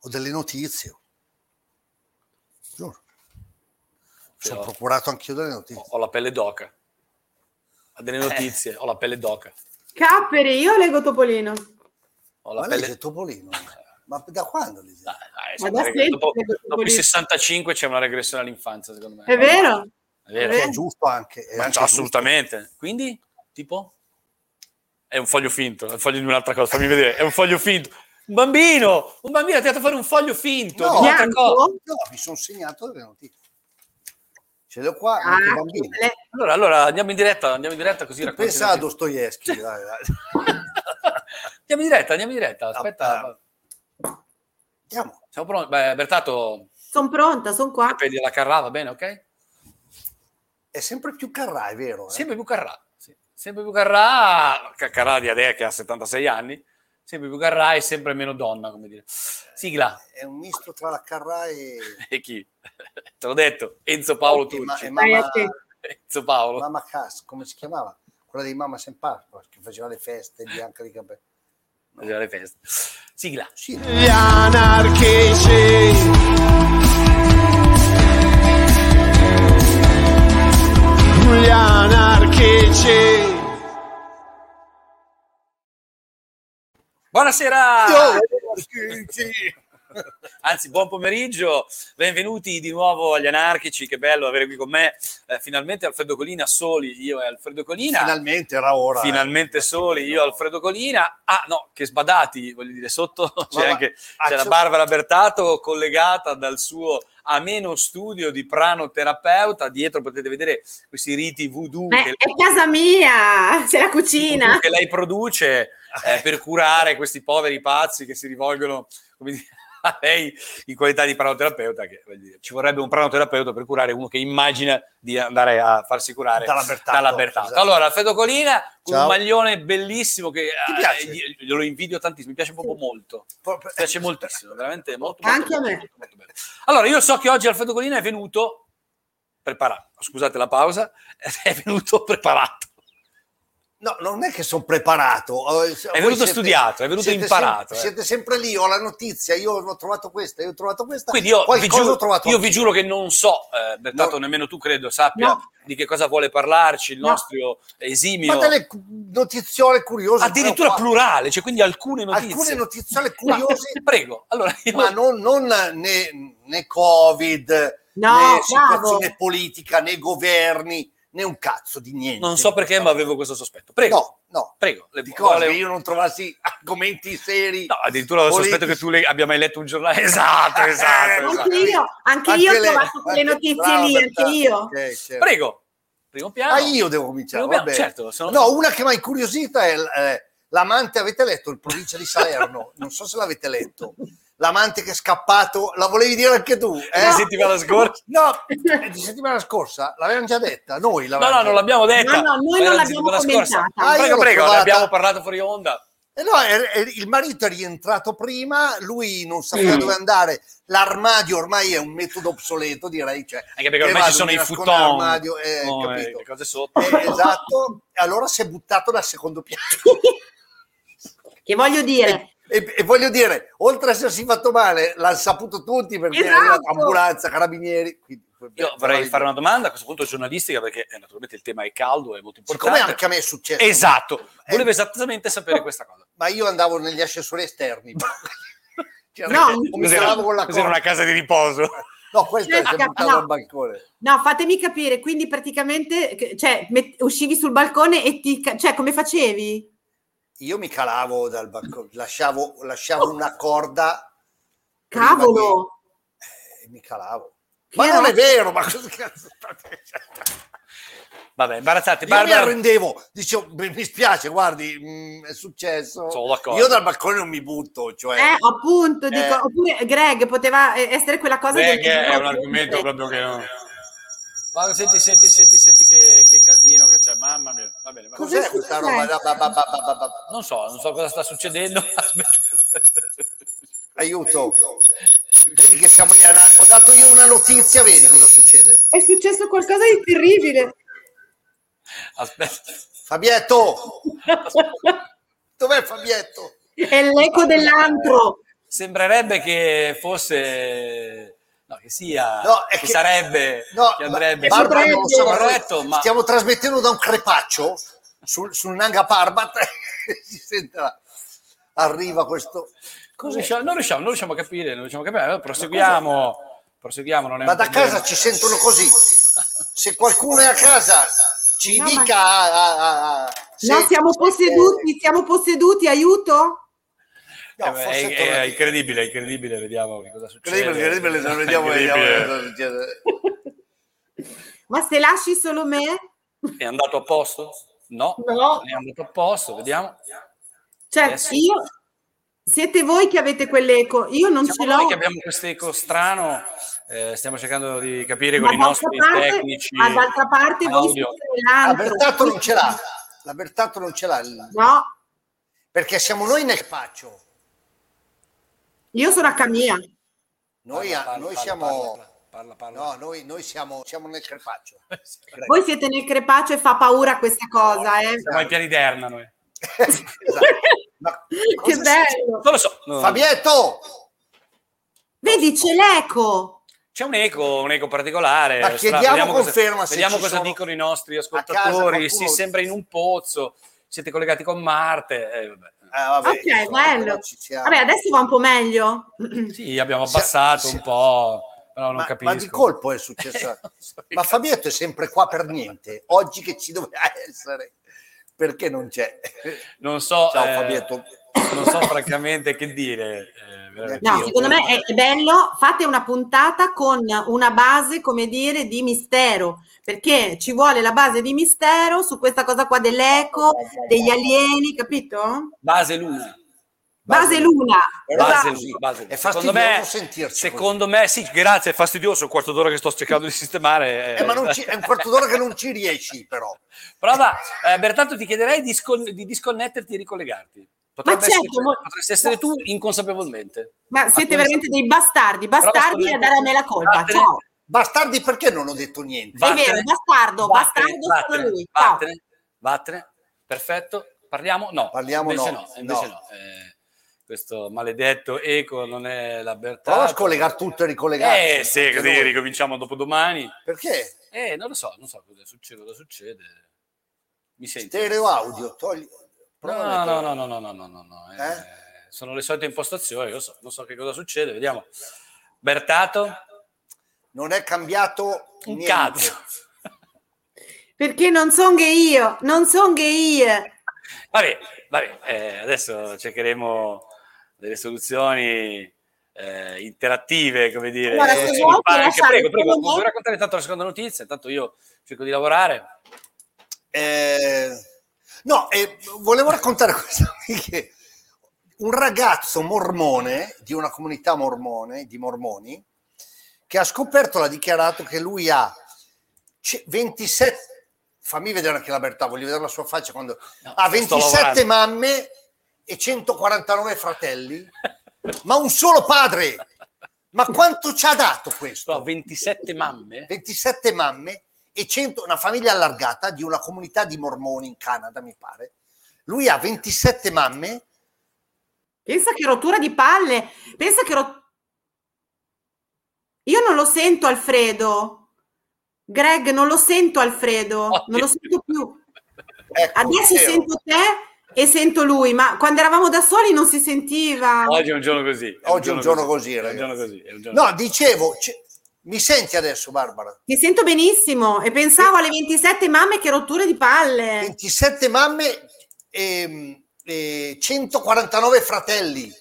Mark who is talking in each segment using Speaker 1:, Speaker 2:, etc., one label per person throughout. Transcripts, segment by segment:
Speaker 1: ho delle notizie. Giuro. Ci ho procurato anch'io delle notizie.
Speaker 2: Ho, ho la pelle d'oca. Ha delle
Speaker 1: Eh.
Speaker 2: notizie, ho la pelle d'oca.
Speaker 3: Capperi, io leggo Topolino.
Speaker 2: Ho la
Speaker 1: Ma lei
Speaker 2: pelle... Eh.
Speaker 1: legge Topolino. Ma da quando legge?
Speaker 2: Dai, dai,
Speaker 3: Ma
Speaker 2: sempre
Speaker 3: da
Speaker 2: reg-
Speaker 3: sempre
Speaker 2: dopo,
Speaker 3: vedo
Speaker 2: dopo i
Speaker 3: quelli-
Speaker 2: 65 c'è una regressione all'infanzia, secondo me.
Speaker 1: Eh,
Speaker 3: È vero?
Speaker 2: È vero.
Speaker 1: Che è giusto anche. è
Speaker 2: Ma
Speaker 1: anche
Speaker 2: assolutamente. Quindi, tipo? È un foglio finto, è un foglio di un'altra cosa, fammi vedere. È un foglio finto. Un bambino! Un bambino ha tirato fuori un foglio finto.
Speaker 1: No.
Speaker 2: di un'altra
Speaker 3: Bianco?
Speaker 2: cosa.
Speaker 1: giusto. No, mi sono segnato delle notizie. Ce l'ho qua, eh,
Speaker 3: Ah,
Speaker 1: anche bambino.
Speaker 3: le-
Speaker 2: Allora, allora, andiamo in diretta, andiamo in diretta così racconti.
Speaker 1: Pensa a Dostoevsky. dai, dai.
Speaker 2: andiamo in diretta, andiamo in diretta. Aspetta,
Speaker 1: Ah, Andiamo.
Speaker 2: siamo pronti. Beh, Bertato,
Speaker 3: Sono pronta, sono qua.
Speaker 2: vedi la carrà, va bene,
Speaker 1: Eh.
Speaker 2: ok?
Speaker 1: È sempre più Carrà, è vero? eh?
Speaker 2: Sempre più carrà. sì. Sempre più carrà, ca- carrà di Adea che ha 76 anni, sempre più carrà e sempre meno donna, come dire. Sigla.
Speaker 1: È un misto tra la Carrà e...
Speaker 2: E chi? Te l'ho detto, Enzo Paolo
Speaker 1: e, ma-
Speaker 2: Turci.
Speaker 1: e
Speaker 3: Dai,
Speaker 1: mamma,
Speaker 3: a te.
Speaker 2: Enzo Paolo.
Speaker 1: mamma Cass, come si chiamava? Quella di Mamma Sempacqua, che faceva le feste bianche di capelli.
Speaker 2: Faceva le feste. Sigla.
Speaker 1: Sì,
Speaker 4: Gli anarchici. Gli anarchici.
Speaker 2: Buonasera! Anzi, buon pomeriggio, benvenuti di nuovo agli anarchici, che bello avere qui con me eh, finalmente Alfredo Colina soli, io e Alfredo Colina.
Speaker 1: finalmente era ora. eh.
Speaker 2: Finalmente soli, io Alfredo Colina. Ah no, che sbadati, voglio dire, sotto c'è
Speaker 1: va-
Speaker 2: anche
Speaker 1: ah,
Speaker 2: c'è la
Speaker 1: c'è-
Speaker 2: Barbara Bertato collegata dal suo ameno studio di pranoterapeuta. Dietro potete vedere questi riti voodoo
Speaker 3: Ma è
Speaker 2: che,
Speaker 3: è casa mia, c'è la
Speaker 1: Eh,
Speaker 3: cucina.
Speaker 2: che lei produce eh, per curare questi poveri pazzi che si rivolgono come dire, a lei in qualità di pranoterapeuta. Che, voglio dire, ci vorrebbe un pranoterapeuta per curare uno che immagina di andare a farsi curare
Speaker 1: Dalla Bertato.
Speaker 2: dalla Bertato.
Speaker 1: Esatto.
Speaker 2: Allora, Alfredo Colina con un
Speaker 1: Ciao.
Speaker 2: maglione bellissimo che
Speaker 1: Ti
Speaker 2: eh,
Speaker 1: piace?
Speaker 2: gli- glielo invidio tantissimo, mi piace proprio molto.
Speaker 1: Proprio-
Speaker 2: Mi piace moltissimo, veramente molto, molto,
Speaker 3: Anche a
Speaker 2: molto,
Speaker 3: me.
Speaker 2: molto, molto bello. Allora, io so che oggi Alfredo Colina è venuto preparato, scusate la pausa, è venuto preparato.
Speaker 1: No, non è che sono preparato. eh, se-
Speaker 2: È
Speaker 1: voi
Speaker 2: venuto studiato, è venuto
Speaker 1: siete
Speaker 2: imparato,
Speaker 1: sempre-
Speaker 2: eh.
Speaker 1: Siete sempre lì, ho la notizia, io ho trovato questa, io ho trovato questa.
Speaker 2: Quindi io, vi
Speaker 1: qualcosa
Speaker 2: giuro,
Speaker 1: ho trovato.
Speaker 2: io vi giuro che non so, eh, Bertato,
Speaker 1: No.
Speaker 2: nemmeno tu credo sappia
Speaker 3: No.
Speaker 2: di che cosa vuole parlarci il
Speaker 3: No.
Speaker 2: nostro esimio.
Speaker 1: Ma delle cu- notiziole curiose.
Speaker 2: Addirittura
Speaker 1: tre o
Speaker 2: plurale, cioè quindi alcune
Speaker 1: quattro.
Speaker 2: notizie.
Speaker 1: Alcune notiziole curiose,
Speaker 2: Prego, allora io...
Speaker 1: ma non, non né, né Covid,
Speaker 3: No,
Speaker 1: né
Speaker 3: bravo.
Speaker 1: situazione politica, né governi, né un cazzo di niente.
Speaker 2: Non so perché, ma avevo questo sospetto. Prego,
Speaker 1: No, no.
Speaker 2: prego. Le
Speaker 1: Di cosa?
Speaker 2: vuole-
Speaker 1: Io non trovassi argomenti seri.
Speaker 2: No, addirittura ho il
Speaker 1: Volete-
Speaker 2: sospetto che tu le- abbia mai letto un giornale. Esatto,
Speaker 1: Eh,
Speaker 2: esatto. esatto.
Speaker 3: Anche io, anche io ho
Speaker 1: le-
Speaker 3: trovato quelle
Speaker 1: anche-
Speaker 3: notizie
Speaker 1: brava,
Speaker 3: lì, anche
Speaker 1: Bertani.
Speaker 3: io.
Speaker 1: Ok, certo.
Speaker 2: Prego, primo piano.
Speaker 1: Ah, io devo cominciare.
Speaker 2: Primo piano,
Speaker 1: vabbè.
Speaker 2: certo, sono-
Speaker 1: No, una che mi ha incuriosita è l- eh, l'amante, avete letto il provincia di Salerno? non so se l'avete letto. L'amante che è scappato, la volevi dire anche tu? Eh?
Speaker 2: Di settimana scorsa.
Speaker 1: No, eh, di settimana scorsa l'avevamo già detta, noi l'avevamo
Speaker 2: No, no, non
Speaker 1: già detta.
Speaker 2: l'abbiamo detta.
Speaker 3: No, no, noi
Speaker 2: Era
Speaker 3: non
Speaker 2: la
Speaker 3: l'abbiamo
Speaker 2: settimana scorsa.
Speaker 3: commentata.
Speaker 1: Ah, io
Speaker 2: prego,
Speaker 1: l'ho
Speaker 2: prego, ne
Speaker 1: trovata.
Speaker 2: abbiamo parlato fuori onda.
Speaker 1: Eh no, er- er- il marito è rientrato prima, lui non sapeva
Speaker 2: Mm.
Speaker 1: dove andare, l'armadio ormai è un metodo obsoleto, direi. Cioè,
Speaker 2: Anche perché
Speaker 1: che
Speaker 2: ormai
Speaker 1: vado,
Speaker 2: ci sono
Speaker 1: mi
Speaker 2: i
Speaker 1: nascondo
Speaker 2: futon,
Speaker 1: nell'armadio, eh,
Speaker 2: no,
Speaker 1: capito.
Speaker 2: eh, le cose sotto.
Speaker 1: Eh, esatto, e allora si è buttato dal secondo piano.
Speaker 3: Che voglio dire,
Speaker 1: E, e voglio dire, oltre a essersi fatto male, l'hanno saputo tutti perché
Speaker 3: Esatto.
Speaker 1: era ambulanza, carabinieri. quindi-
Speaker 2: Io vorrei fare una domanda a questo punto giornalistica perché eh, naturalmente il tema è caldo, è molto importante.
Speaker 1: Siccome anche a me è successo,
Speaker 2: Esatto,
Speaker 1: Eh.
Speaker 2: volevo esattamente sapere questa cosa.
Speaker 1: ma io andavo negli ascensori esterni. Cioè,
Speaker 3: No,
Speaker 1: cominciavo con la
Speaker 2: cos'era
Speaker 1: corda.
Speaker 2: una casa di riposo.
Speaker 1: No, questo è
Speaker 3: Cerca,
Speaker 1: buttato
Speaker 3: no.
Speaker 1: al balcone.
Speaker 3: no, fatemi capire, quindi praticamente che- cioè, met- uscivi sul balcone e ti... ca- cioè, come facevi?
Speaker 1: Io mi calavo dal balcone, lasciavo, lasciavo una corda prima
Speaker 3: Cavolo!
Speaker 1: di- e mi calavo.
Speaker 3: Che
Speaker 1: Ma non
Speaker 3: era-
Speaker 1: è vero, ma cosa cazzo state dicendo?
Speaker 2: Vabbè, imbarazzate.
Speaker 1: Io mi
Speaker 2: Barbara,
Speaker 1: arrendevo, dicevo, mi mi spiace, guardi, mm, è successo.
Speaker 2: Sono d'accordo.
Speaker 1: Io dal balcone non mi butto, cioè...
Speaker 3: Eh, appunto, dico,
Speaker 1: Eh.
Speaker 3: oppure Greg poteva eh, essere quella cosa
Speaker 2: Greg
Speaker 3: del-
Speaker 2: è un argomento proprio che non... Ma senti, senti, senti, senti che, che casino che c'è, mamma mia. Va bene, va bene.
Speaker 1: Cos'è
Speaker 3: Cos'è
Speaker 1: questa
Speaker 3: successo?
Speaker 1: roba? Da- ba- ba- ba- ba- ba- ba-
Speaker 2: Non so, non so cosa sta succedendo.
Speaker 1: Aiuto. Vedi che siamo gli anar- Ho dato io una notizia, vedi cosa succede.
Speaker 3: È successo qualcosa di terribile.
Speaker 2: Aspetta.
Speaker 1: Fabietto! Dov'è Fabietto?
Speaker 3: È l'eco dell'antro.
Speaker 2: Sembrerebbe che fosse... No, che sia...
Speaker 1: No, è
Speaker 2: che,
Speaker 1: che-
Speaker 2: sarebbe...
Speaker 1: No,
Speaker 2: che andrebbe...
Speaker 1: ma- Barbat
Speaker 3: Sopra-
Speaker 1: non lo sa, ma noi
Speaker 2: Corretto, ma-
Speaker 1: stiamo trasmettendo da un crepaccio sul, sul Nanga Parbat. si sentirà. Arriva questo.
Speaker 2: Cosa riusciamo- non, riusciamo, non riusciamo a capire, non riusciamo a capire. Allora, proseguiamo, proseguiamo. Non è
Speaker 1: Ma
Speaker 2: un
Speaker 1: da
Speaker 2: problema.
Speaker 1: casa ci sentono così. Se qualcuno è a casa, ci
Speaker 3: No, ma-
Speaker 1: dica. a- a- a-
Speaker 3: No,
Speaker 1: se-
Speaker 3: siamo
Speaker 1: se-
Speaker 3: posseduti, siamo posseduti, aiuto?
Speaker 1: No,
Speaker 2: Eh,
Speaker 1: forse
Speaker 2: è,
Speaker 1: torna-
Speaker 2: è incredibile, è incredibile, vediamo che cosa succede.
Speaker 1: Incredibile, incredibile, se lo vediamo, vediamo
Speaker 2: Incredibile.
Speaker 1: cosa succede.
Speaker 3: Ma se lasci solo me?
Speaker 2: È andato a posto? No,
Speaker 3: No.
Speaker 2: non è andato a posto, vediamo.
Speaker 3: Cioè,
Speaker 2: Adesso-
Speaker 3: io... Siete voi che avete quell'eco, io non
Speaker 2: Siamo
Speaker 3: ce l'ho.
Speaker 2: noi che abbiamo questo eco strano, eh, stiamo cercando di capire
Speaker 3: Ma
Speaker 2: con i nostri
Speaker 3: d'altra parte-
Speaker 2: tecnici.
Speaker 3: ma d'altra parte, visto
Speaker 2: audio.
Speaker 3: che
Speaker 1: La
Speaker 3: l'antro-
Speaker 1: Bertato non ce l'ha. La Bertato non ce l'ha. il-
Speaker 3: No,
Speaker 1: Perché siamo noi nel crepaccio.
Speaker 3: io sono a Camia.
Speaker 1: Noi,
Speaker 2: Parla, parla,
Speaker 1: noi
Speaker 2: parla,
Speaker 1: siamo.
Speaker 2: Parla, parla, parla.
Speaker 1: No, noi, noi siamo, siamo nel crepaccio.
Speaker 3: Voi siete nel crepaccio e fa paura questa cosa, eh?
Speaker 2: Siamo ai piani d'erna noi.
Speaker 1: Esatto. Ma
Speaker 3: che
Speaker 1: cosa
Speaker 3: bello!
Speaker 2: Non lo so. no,
Speaker 1: Fabietto!
Speaker 3: Vedi, c'è l'eco.
Speaker 2: C'è un eco, un eco particolare.
Speaker 1: Ma
Speaker 2: strano.
Speaker 1: chiediamo
Speaker 2: Vediamo cosa-
Speaker 1: conferma se
Speaker 2: Vediamo
Speaker 1: ci
Speaker 2: cosa
Speaker 1: sono
Speaker 2: dicono i nostri
Speaker 1: a casa
Speaker 2: ascoltatori.
Speaker 1: qualcuno-
Speaker 2: Si sembra in un pozzo, siete collegati con Marte. eh, vabbè.
Speaker 1: Ah, vabbè,
Speaker 3: Ok,
Speaker 1: insomma,
Speaker 3: bello.
Speaker 1: però ci siamo.
Speaker 3: Vabbè, adesso va un po' meglio.
Speaker 2: Sì, abbiamo
Speaker 1: Sia-
Speaker 2: abbassato
Speaker 1: sia-
Speaker 2: un po', però non
Speaker 1: ma,
Speaker 2: capisco.
Speaker 1: ma di colpo cioè, è
Speaker 2: Eh,
Speaker 1: successo.
Speaker 2: non so che
Speaker 1: ma
Speaker 2: cazzo.
Speaker 1: Fabietto è sempre qua per niente. Oggi che ci doveva essere, perché non c'è?
Speaker 2: Non so,
Speaker 1: Ciao
Speaker 2: eh,
Speaker 1: Fabietto.
Speaker 2: non so francamente che dire. eh, veramente.
Speaker 3: No,
Speaker 1: Io-
Speaker 3: secondo me è, è bello. Fate una puntata con una base, come dire, di mistero, perché ci vuole la base di mistero su questa cosa qua dell'eco, degli alieni, capito?
Speaker 2: Base Luna.
Speaker 3: Base luna.
Speaker 1: Però
Speaker 2: Base
Speaker 1: dai,
Speaker 2: Luna, base
Speaker 1: Esatto.
Speaker 2: Luna.
Speaker 1: È
Speaker 2: Secondo
Speaker 1: fastidioso
Speaker 2: me,
Speaker 1: sentirci.
Speaker 2: secondo me, sì, grazie, è fastidioso il quarto d'ora che sto cercando di sistemare.
Speaker 1: così. Eh, ma non ci- è un quarto d'ora che non ci riesci, però.
Speaker 2: Prova, eh, Bertanto, ti chiederei di, scon- di disconnetterti e ricollegarti. Potrebbe
Speaker 3: Ma certo,
Speaker 2: essere,
Speaker 3: mo-
Speaker 2: potresti essere tu inconsapevolmente.
Speaker 3: Ma siete
Speaker 2: questo-
Speaker 3: veramente dei bastardi, bastardi
Speaker 2: Prova
Speaker 3: a dare a me la colpa.
Speaker 2: Vattene-
Speaker 3: Ciao.
Speaker 1: Bastardi, perché non ho detto niente?
Speaker 3: È vero, bastardo, bastardo solo lui. Ciao.
Speaker 2: Vattene, vattene. perfetto. Parliamo? No,
Speaker 1: Parliamo
Speaker 2: invece
Speaker 1: no,
Speaker 2: no. invece
Speaker 1: no.
Speaker 2: no. Eh, questo maledetto eco non è la Bertanto.
Speaker 1: Prova a scollegare tutto e ricollegare.
Speaker 2: Eh sì, così ricominciamo dopodomani.
Speaker 1: Perché?
Speaker 2: Eh, non lo so, non so cosa succede, cosa succede. Mi senti?
Speaker 1: Stereo audio, togli.
Speaker 2: No,
Speaker 1: prova a
Speaker 2: no,
Speaker 1: mettere-
Speaker 2: no, no, no, no, no, no, no, no, eh,
Speaker 1: Eh?
Speaker 2: Sono le solite impostazioni, io so- non so che cosa succede, vediamo. Bertato,
Speaker 1: Non è cambiato
Speaker 2: un
Speaker 1: niente.
Speaker 2: cazzo.
Speaker 3: Perché non son che io, non son che io.
Speaker 2: Vabbè, vabbè, eh, adesso cercheremo delle soluzioni eh, interattive, come dire.
Speaker 3: Allora,
Speaker 1: se
Speaker 2: sul
Speaker 3: vuoi,
Speaker 2: palco.
Speaker 3: lasciare
Speaker 2: prego, prego,
Speaker 3: solo me.
Speaker 2: vuoi raccontare intanto la seconda notizia? Intanto io cerco di lavorare.
Speaker 1: Eh, no, eh, volevo raccontare questo qui che un ragazzo mormone di una comunità mormone di mormoni che ha scoperto, l'ha dichiarato che lui ha c- 27 fammi vedere anche la Bertà, voglio vedere la sua faccia quando
Speaker 2: No,
Speaker 1: ha
Speaker 2: sto lavorando.
Speaker 1: 27 Ah, mamme e 149 fratelli, ma un solo padre. Ma quanto ci ha dato questo?
Speaker 2: Sto a 27 mamme.
Speaker 1: 27 mamme e 100, una famiglia allargata di una comunità di mormoni in Canada, mi pare. Lui ha 27 mamme,
Speaker 3: Pensa che rottura di palle. Pensa che rot- Io non lo sento, Alfredo. Greg, non lo sento, Alfredo. Non lo sento più.
Speaker 1: ecco,
Speaker 3: Adesso
Speaker 1: vero.
Speaker 3: sento te e sento lui, ma quando eravamo da soli non si sentiva.
Speaker 2: Oggi è un giorno così. è
Speaker 1: Oggi è un giorno così,
Speaker 2: è un
Speaker 1: ragazzi.
Speaker 2: giorno così, è un giorno
Speaker 1: No,
Speaker 2: così.
Speaker 1: dicevo, c- mi senti adesso Barbara?
Speaker 3: Ti sento benissimo e pensavo alle 27 mamme che rottura di palle.
Speaker 1: 27 mamme e, e 149 fratelli.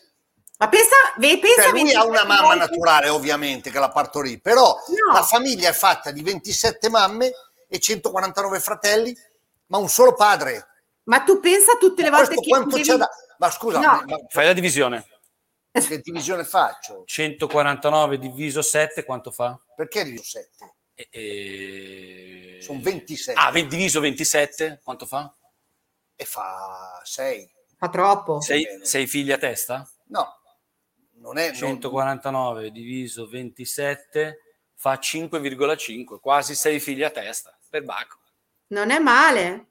Speaker 3: Ma pensa, ve- pensa
Speaker 1: Cioè,
Speaker 3: a
Speaker 1: lui ha
Speaker 3: 27
Speaker 1: una mamma
Speaker 3: volte-
Speaker 1: naturale, ovviamente, che la partorì, però
Speaker 3: No.
Speaker 1: la famiglia è fatta di 27 mamme e 149 fratelli, ma un solo padre.
Speaker 3: Ma tu pensa tutte le volte
Speaker 1: Questo
Speaker 3: che
Speaker 1: quanto
Speaker 3: devi-
Speaker 1: c'è da... Ma scusa,
Speaker 3: No.
Speaker 1: ma
Speaker 2: Fai la divisione.
Speaker 1: che divisione faccio?
Speaker 2: 149 diviso 7 quanto fa?
Speaker 1: Perché dico 7?
Speaker 2: E- e-
Speaker 1: Sono 27
Speaker 2: Ah, ve- diviso 27 quanto fa?
Speaker 1: e fa 6.
Speaker 3: Fa troppo.
Speaker 2: Sei, sei figli a testa?
Speaker 1: No, Eh, non è... non-
Speaker 2: 149 diviso 27 fa 5,5, quasi 6 figli a testa per Bacco.
Speaker 3: Non è male.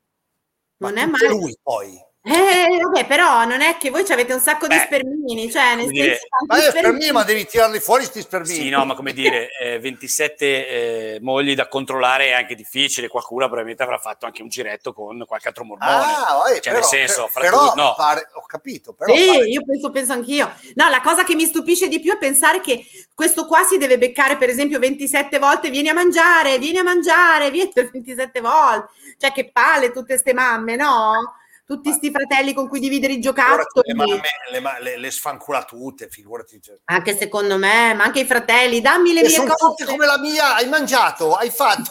Speaker 3: Non
Speaker 1: ma
Speaker 3: è
Speaker 1: tutto
Speaker 3: male.
Speaker 1: lui poi.
Speaker 3: Eh, vabbè, però non è che voi ci avete un sacco di
Speaker 2: Beh,
Speaker 3: spermini, cioè nel
Speaker 2: quindi-
Speaker 3: senso tanti
Speaker 1: Ma io
Speaker 3: spermini.
Speaker 1: spermini, ma devi tirarli fuori sti spermini.
Speaker 2: Sì, no, ma come dire, eh, 27 eh, mogli da controllare è anche difficile. Qualcuna probabilmente avrà fatto anche un giretto con qualche altro mormone.
Speaker 1: Ah, vabbè,
Speaker 2: Cioè,
Speaker 1: però,
Speaker 2: nel senso, fra
Speaker 1: però
Speaker 2: tutti- no.
Speaker 1: pare- ho capito, però
Speaker 3: Sì,
Speaker 1: pare-
Speaker 3: io penso, penso anch'io. No, la cosa che mi stupisce di più è pensare che questo qua si deve beccare, per esempio, 27 volte, vieni a mangiare, vieni a mangiare, vieni per 27 volte. Cioè, che palle tutte ste mamme, no? Tutti sti fratelli con cui dividere i
Speaker 1: Ora
Speaker 3: giocattoli.
Speaker 1: le, mamme, le, ma- le- le sfancula tutte, figurati. cioè.
Speaker 3: Anche secondo me, ma anche i fratelli, dammi le
Speaker 1: E
Speaker 3: mie
Speaker 1: sono tutte
Speaker 3: cose.
Speaker 1: come la mia, hai mangiato, hai fatto,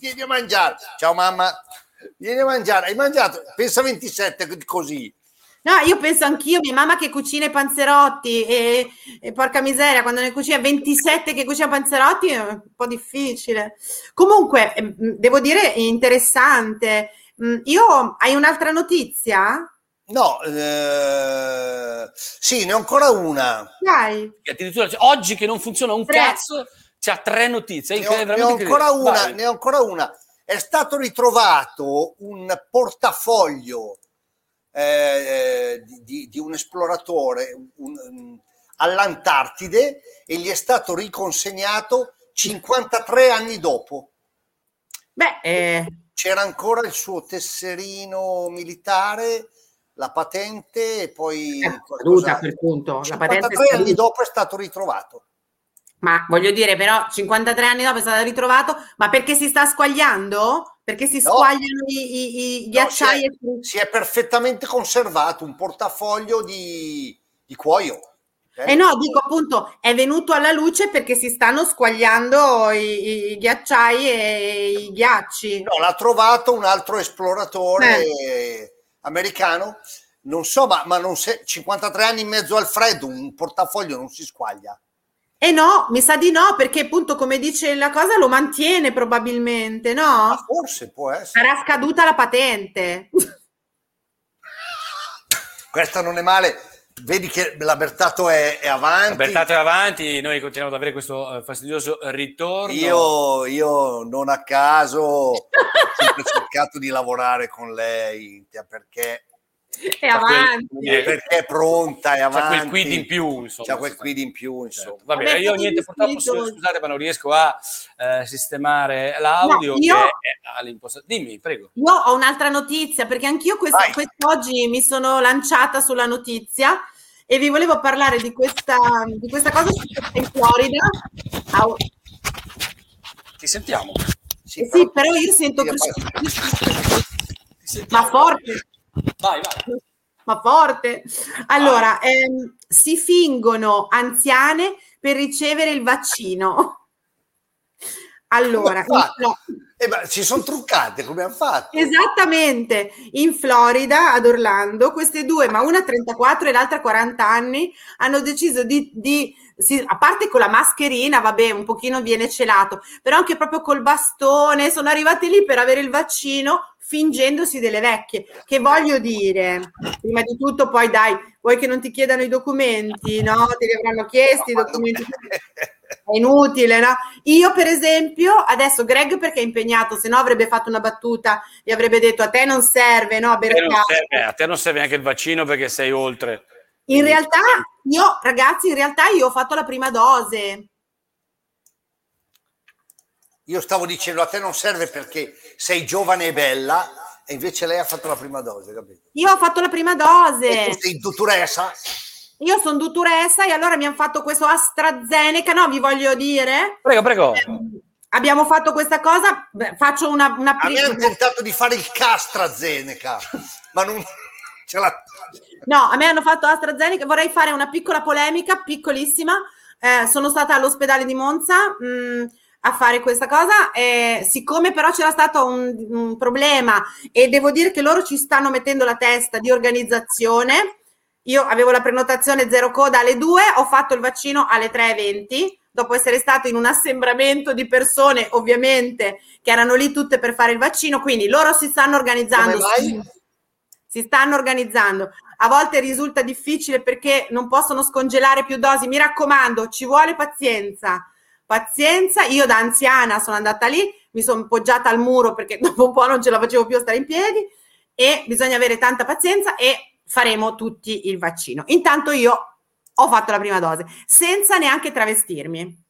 Speaker 1: vieni a mangiare. Ciao mamma, vieni a mangiare, hai mangiato, pensa 27 così.
Speaker 3: No, io penso anch'io, mia mamma che cucina i panzerotti e, e porca miseria, quando ne cucina 27 che cucina panzerotti è un po' difficile. Comunque, ehm, devo dire, è interessante. Mm, Io, hai un'altra notizia?
Speaker 1: No, eh, sì, ne ho ancora una.
Speaker 3: Dai.
Speaker 2: Che Addirittura cioè, oggi che non funziona un
Speaker 3: Tre.
Speaker 2: cazzo, c'ha tre notizie. È
Speaker 1: Ne ho,
Speaker 2: incredibile,
Speaker 1: ne ho
Speaker 2: veramente
Speaker 1: ancora
Speaker 2: incredibile.
Speaker 1: una,
Speaker 2: Vai.
Speaker 1: ne ho ancora una. È stato ritrovato un portafoglio eh, di- di, di un esploratore un- un- all'Antartide e gli è stato riconsegnato 53 anni dopo.
Speaker 3: Beh, eh,
Speaker 1: C'era ancora il suo tesserino militare, la patente e poi...
Speaker 3: è caduta a
Speaker 1: qualcos'altro.
Speaker 3: quel punto. Eh, La patente è
Speaker 1: 53 anni
Speaker 3: scaduta.
Speaker 1: dopo è stato ritrovato.
Speaker 3: Ma voglio dire, però, 53 anni dopo è stato ritrovato, ma perché si sta squagliando? Perché si
Speaker 1: No.
Speaker 3: squagliano i, i- i ghiacciai
Speaker 1: si è-
Speaker 3: e tutto?
Speaker 1: si è perfettamente conservato un portafoglio di, di cuoio.
Speaker 3: Eh no, dico appunto, è venuto alla luce perché si stanno squagliando i, i ghiacciai e i ghiacci.
Speaker 1: No, l'ha trovato un altro esploratore
Speaker 3: Eh.
Speaker 1: americano. Non so, ma, ma non se- 53 anni in mezzo al freddo, un portafoglio non si squaglia.
Speaker 3: E no, mi sa di no, perché appunto, come dice la cosa, lo mantiene probabilmente,
Speaker 1: Ma
Speaker 3: no?
Speaker 1: Ah, forse può essere.
Speaker 3: Sarà scaduta la patente.
Speaker 1: Questa non è male. Vedi che la Bertato è, è avanti.
Speaker 2: Bertato è avanti, noi continuiamo ad avere questo eh, fastidioso ritorno.
Speaker 1: Io, io non a caso ho sempre cercato di lavorare con lei perché
Speaker 3: È avanti.
Speaker 2: Eh,
Speaker 1: perché è pronta è
Speaker 2: C'ha
Speaker 1: avanti.
Speaker 2: quel quid in più, insomma.
Speaker 1: C'ha quel quid in più,
Speaker 2: Certo.
Speaker 1: insomma.
Speaker 2: Va bene,
Speaker 3: Vabbè,
Speaker 2: io
Speaker 3: fate
Speaker 2: niente,
Speaker 3: gli
Speaker 2: purtroppo
Speaker 3: iscrittori.
Speaker 2: signor- scusate, ma non riesco a eh, sistemare l'audio
Speaker 3: No, io-
Speaker 2: che è all'impostazione. Dimmi, prego.
Speaker 3: Io ho un'altra notizia perché anch'io quest-
Speaker 1: Vai.
Speaker 3: quest'oggi mi sono lanciata sulla notizia e vi volevo parlare di questa, di questa cosa successa in Florida. Au.
Speaker 2: Ti sentiamo.
Speaker 1: Sì,
Speaker 3: Eh Sì, però io sento
Speaker 1: Sì,
Speaker 3: così,
Speaker 2: Ti sentiamo.
Speaker 3: ma forte.
Speaker 2: Vai, vai.
Speaker 3: ma forte. Allora, ehm, si fingono anziane per ricevere il vaccino. Allora,
Speaker 1: Come
Speaker 3: in
Speaker 1: fa?
Speaker 3: Flo-
Speaker 1: Eh, ma si sono truccate come hanno fatto.
Speaker 3: esattamente, in Florida, ad Orlando, queste due, ma una 34 e l'altra 40 anni, hanno deciso di... di- sì, a parte con la mascherina, vabbè, un pochino viene celato, però anche proprio col bastone sono arrivate lì per avere il vaccino fingendosi delle vecchie. Che voglio dire, prima di tutto, poi dai, vuoi che non ti chiedano i documenti? No, te li avranno chiesti i documenti. È inutile, no? Io, per esempio, adesso Greg perché è impegnato, se no avrebbe fatto una battuta e avrebbe detto a te non serve, no? a
Speaker 2: A te
Speaker 3: bere
Speaker 2: non
Speaker 3: caffè".
Speaker 2: serve- a te non serve neanche il vaccino perché sei oltre.
Speaker 3: In realtà, io, ragazzi, in realtà io ho fatto la prima dose.
Speaker 1: Io stavo dicendo a te non serve perché sei giovane e bella e invece lei ha fatto la prima dose, capito?
Speaker 3: Io ho fatto la prima
Speaker 1: E
Speaker 3: dose.
Speaker 1: tu sei dottoressa?
Speaker 3: Io sono dottoressa e allora mi hanno fatto questo AstraZeneca, no? Vi voglio dire.
Speaker 2: Prego, prego.
Speaker 3: Eh, Abbiamo fatto questa cosa, beh, faccio una, una
Speaker 1: A me
Speaker 3: pri-
Speaker 1: hanno tentato di fare il castrazeneca, ma non ce l'ha.
Speaker 3: No, a me hanno fatto AstraZeneca. Vorrei fare una piccola polemica, piccolissima. Eh, sono stata all'ospedale di Monza mh, a fare questa cosa. e siccome però c'era stato un, un problema e devo dire che loro ci stanno mettendo la testa di organizzazione, io avevo la prenotazione zero coda alle 2, ho fatto il vaccino alle 3.20. Dopo essere stato in un assembramento di persone, ovviamente, che erano lì tutte per fare il vaccino, quindi loro si stanno organizzando.
Speaker 1: Come mai?
Speaker 3: si- si stanno organizzando. A volte risulta difficile perché non possono scongelare più dosi. Mi raccomando, ci vuole pazienza. Pazienza, io da anziana sono andata lì, mi sono poggiata al muro perché dopo un po' non ce la facevo più a stare in piedi e bisogna avere tanta pazienza e faremo tutti il vaccino. Intanto io ho fatto la prima dose senza neanche travestirmi.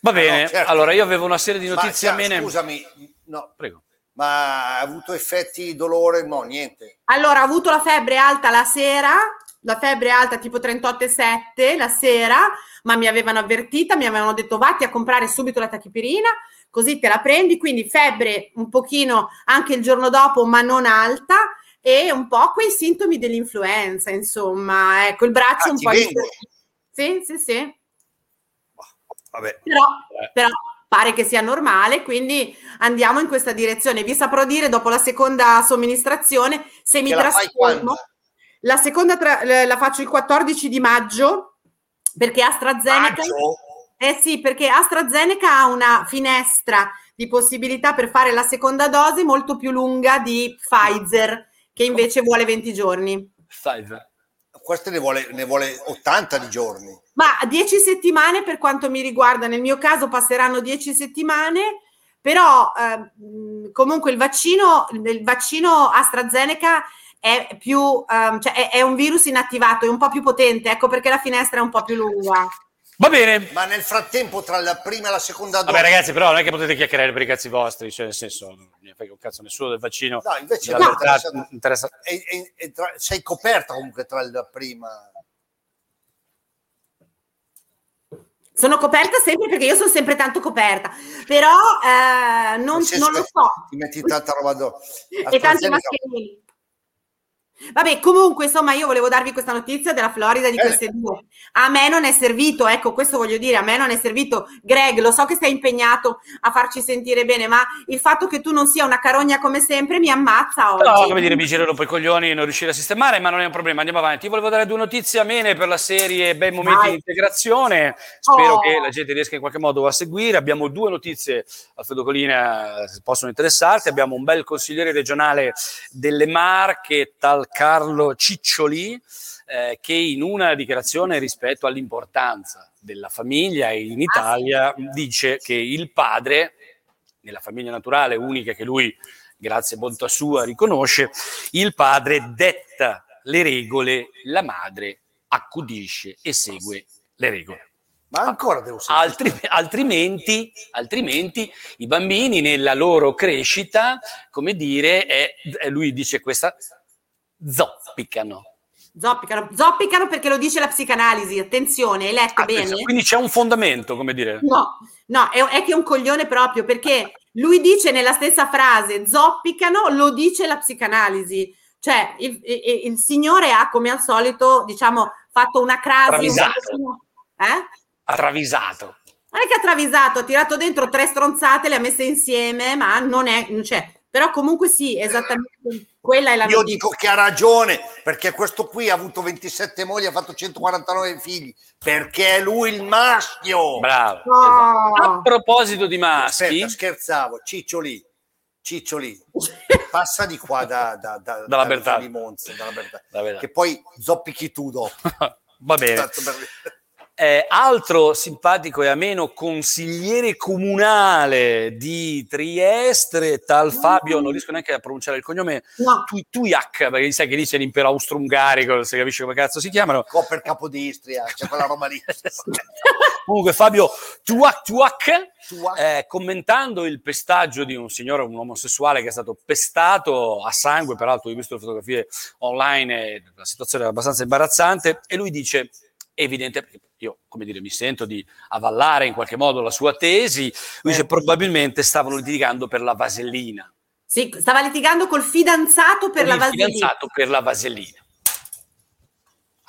Speaker 2: Va bene,
Speaker 1: no, certo.
Speaker 2: allora io avevo una serie di notizie
Speaker 1: Ma,
Speaker 2: amene.
Speaker 1: Scusami, no,
Speaker 2: Prego.
Speaker 1: ma ha avuto effetti dolore? No, niente.
Speaker 3: Allora, ho avuto la febbre alta la sera, la febbre alta tipo 38,7 la sera, ma mi avevano avvertita, mi avevano detto vatti a comprare subito la tachipirina, così te la prendi, quindi febbre un pochino anche il giorno dopo, ma non alta e un po' quei sintomi dell'influenza, insomma, ecco, il braccio
Speaker 1: Ah,
Speaker 3: un
Speaker 1: ti
Speaker 3: po'
Speaker 1: vengono?
Speaker 3: Sì, sì, sì.
Speaker 1: Vabbè,
Speaker 3: Però,
Speaker 1: Eh.
Speaker 3: però pare che sia normale, quindi andiamo in questa direzione. Vi saprò dire dopo la seconda somministrazione se mi
Speaker 1: Te la fai
Speaker 3: trasformo.
Speaker 1: quando?
Speaker 3: La seconda tra- la la faccio il 14 di maggio perché AstraZeneca
Speaker 1: Maggio?
Speaker 3: eh sì, perché AstraZeneca ha una finestra di possibilità per fare la seconda dose molto più lunga di Pfizer, che invece vuole 20 giorni.
Speaker 2: Pfizer.
Speaker 1: Queste ne vuole, ne vuole 80 di giorni.
Speaker 3: Ma 10 settimane per quanto mi riguarda, nel mio caso passeranno 10 settimane, però eh, mh, comunque il vaccino, il vaccino AstraZeneca è più, ehm, cioè è, è un virus inattivato, è un po' più potente, ecco perché la finestra è un po' più lunga.
Speaker 2: Va bene.
Speaker 1: Ma nel frattempo, tra la prima e la seconda dose,
Speaker 2: Vabbè ragazzi, però non è che potete chiacchierare per i cazzi vostri, cioè nel senso, non ne frega un cazzo nessuno del vaccino.
Speaker 1: No, invece
Speaker 2: della
Speaker 1: no.
Speaker 2: libertà,
Speaker 1: Interessa-
Speaker 2: interessa-
Speaker 1: e- e- e tra- sei coperta comunque tra la prima.
Speaker 3: Sono coperta sempre perché io sono sempre tanto coperta, però eh, non,
Speaker 1: Nel senso
Speaker 3: non lo
Speaker 1: che
Speaker 3: so.
Speaker 1: Ti metti tanta roba addosso.
Speaker 3: e tanti mascherine. Vabbè, comunque, insomma, io volevo darvi questa notizia della Florida di
Speaker 2: Eh.
Speaker 1: Bene.
Speaker 3: queste due. A me non è servito, ecco, questo voglio dire, a me non è servito. Greg, lo so che sei impegnato a farci sentire bene, ma il fatto che tu non sia una carogna come sempre mi ammazza oggi.
Speaker 2: No, come dire, mi girano poi i coglioni non riuscire a sistemare, ma non è un problema, andiamo avanti. Io volevo dare due notizie amene per la serie Bei Momenti
Speaker 3: Vai.
Speaker 2: di Integrazione, spero
Speaker 3: Oh.
Speaker 2: che la gente riesca in qualche modo a seguire. Abbiamo due notizie a Fedocolina, se possono interessarti. Abbiamo un bel consigliere regionale delle Marche, tal Carlo Ciccioli, eh, che in una dichiarazione rispetto all'importanza della famiglia in Italia dice che il padre, nella famiglia naturale unica che lui grazie a bontà sua, riconosce, il padre detta le regole, la madre accudisce e segue le regole.
Speaker 1: Ma ancora devo sapere.
Speaker 2: Altri- altrimenti, altrimenti i bambini nella loro crescita, come dire, è- è- lui dice questa, zoppicano.
Speaker 3: Zoppicano, zoppicano perché lo dice la psicanalisi, attenzione, hai letto bene?
Speaker 2: Quindi c'è un fondamento, come dire.
Speaker 3: No, no, è, è che è un coglione proprio perché lui dice nella stessa frase zoppicano, lo dice la psicanalisi. Cioè, il, il- il signore ha come al solito, diciamo, fatto una crasi. un
Speaker 2: Travisato.
Speaker 3: pochino- eh?
Speaker 2: Ha travisato.
Speaker 3: Non è che ha travisato, ha tirato dentro tre stronzate, le ha messe insieme, ma non è, non c'è. Però comunque sì, esattamente quella è la
Speaker 1: Io
Speaker 3: notizia.
Speaker 1: dico che ha ragione, perché questo qui ha avuto 27 mogli, ha fatto 149 figli, perché è lui il maschio.
Speaker 2: Bravo.
Speaker 3: No.
Speaker 2: esatto. A proposito di maschi,
Speaker 1: Aspetta, scherzavo, Ciccioli, Ciccioli, passa di qua da, da, da,
Speaker 2: Dalla
Speaker 1: da
Speaker 2: Bertani.
Speaker 1: Di Monza, dalla Bertani.
Speaker 2: Dalla Bertani.
Speaker 1: che poi zoppichi tu dopo.
Speaker 2: va bene.
Speaker 1: Tanto per-
Speaker 2: Eh, altro simpatico e ameno consigliere comunale di Trieste, tal
Speaker 3: Mm.
Speaker 2: Fabio, non riesco neanche a pronunciare il cognome,
Speaker 3: No,
Speaker 2: Tu- Tujak, perché sai che lì c'è l'impero austro-ungarico, non si capisce come cazzo si chiamano.
Speaker 1: Copper Capodistria, c'è quella roba lì.
Speaker 2: Comunque Fabio Tuak Tuak,
Speaker 1: Tu ha-
Speaker 2: eh, commentando il pestaggio di un signore, un omosessuale che è stato pestato a sangue, peraltro ho visto le fotografie online, e la situazione era abbastanza imbarazzante, e lui dice, evidente, perché io come dire mi sento di avallare in qualche modo la sua tesi, lui dice probabilmente stavano litigando per la vasellina,
Speaker 3: sì, stava litigando col fidanzato per
Speaker 2: con
Speaker 3: la
Speaker 2: il
Speaker 3: vasellina.
Speaker 2: fidanzato per la vasellina.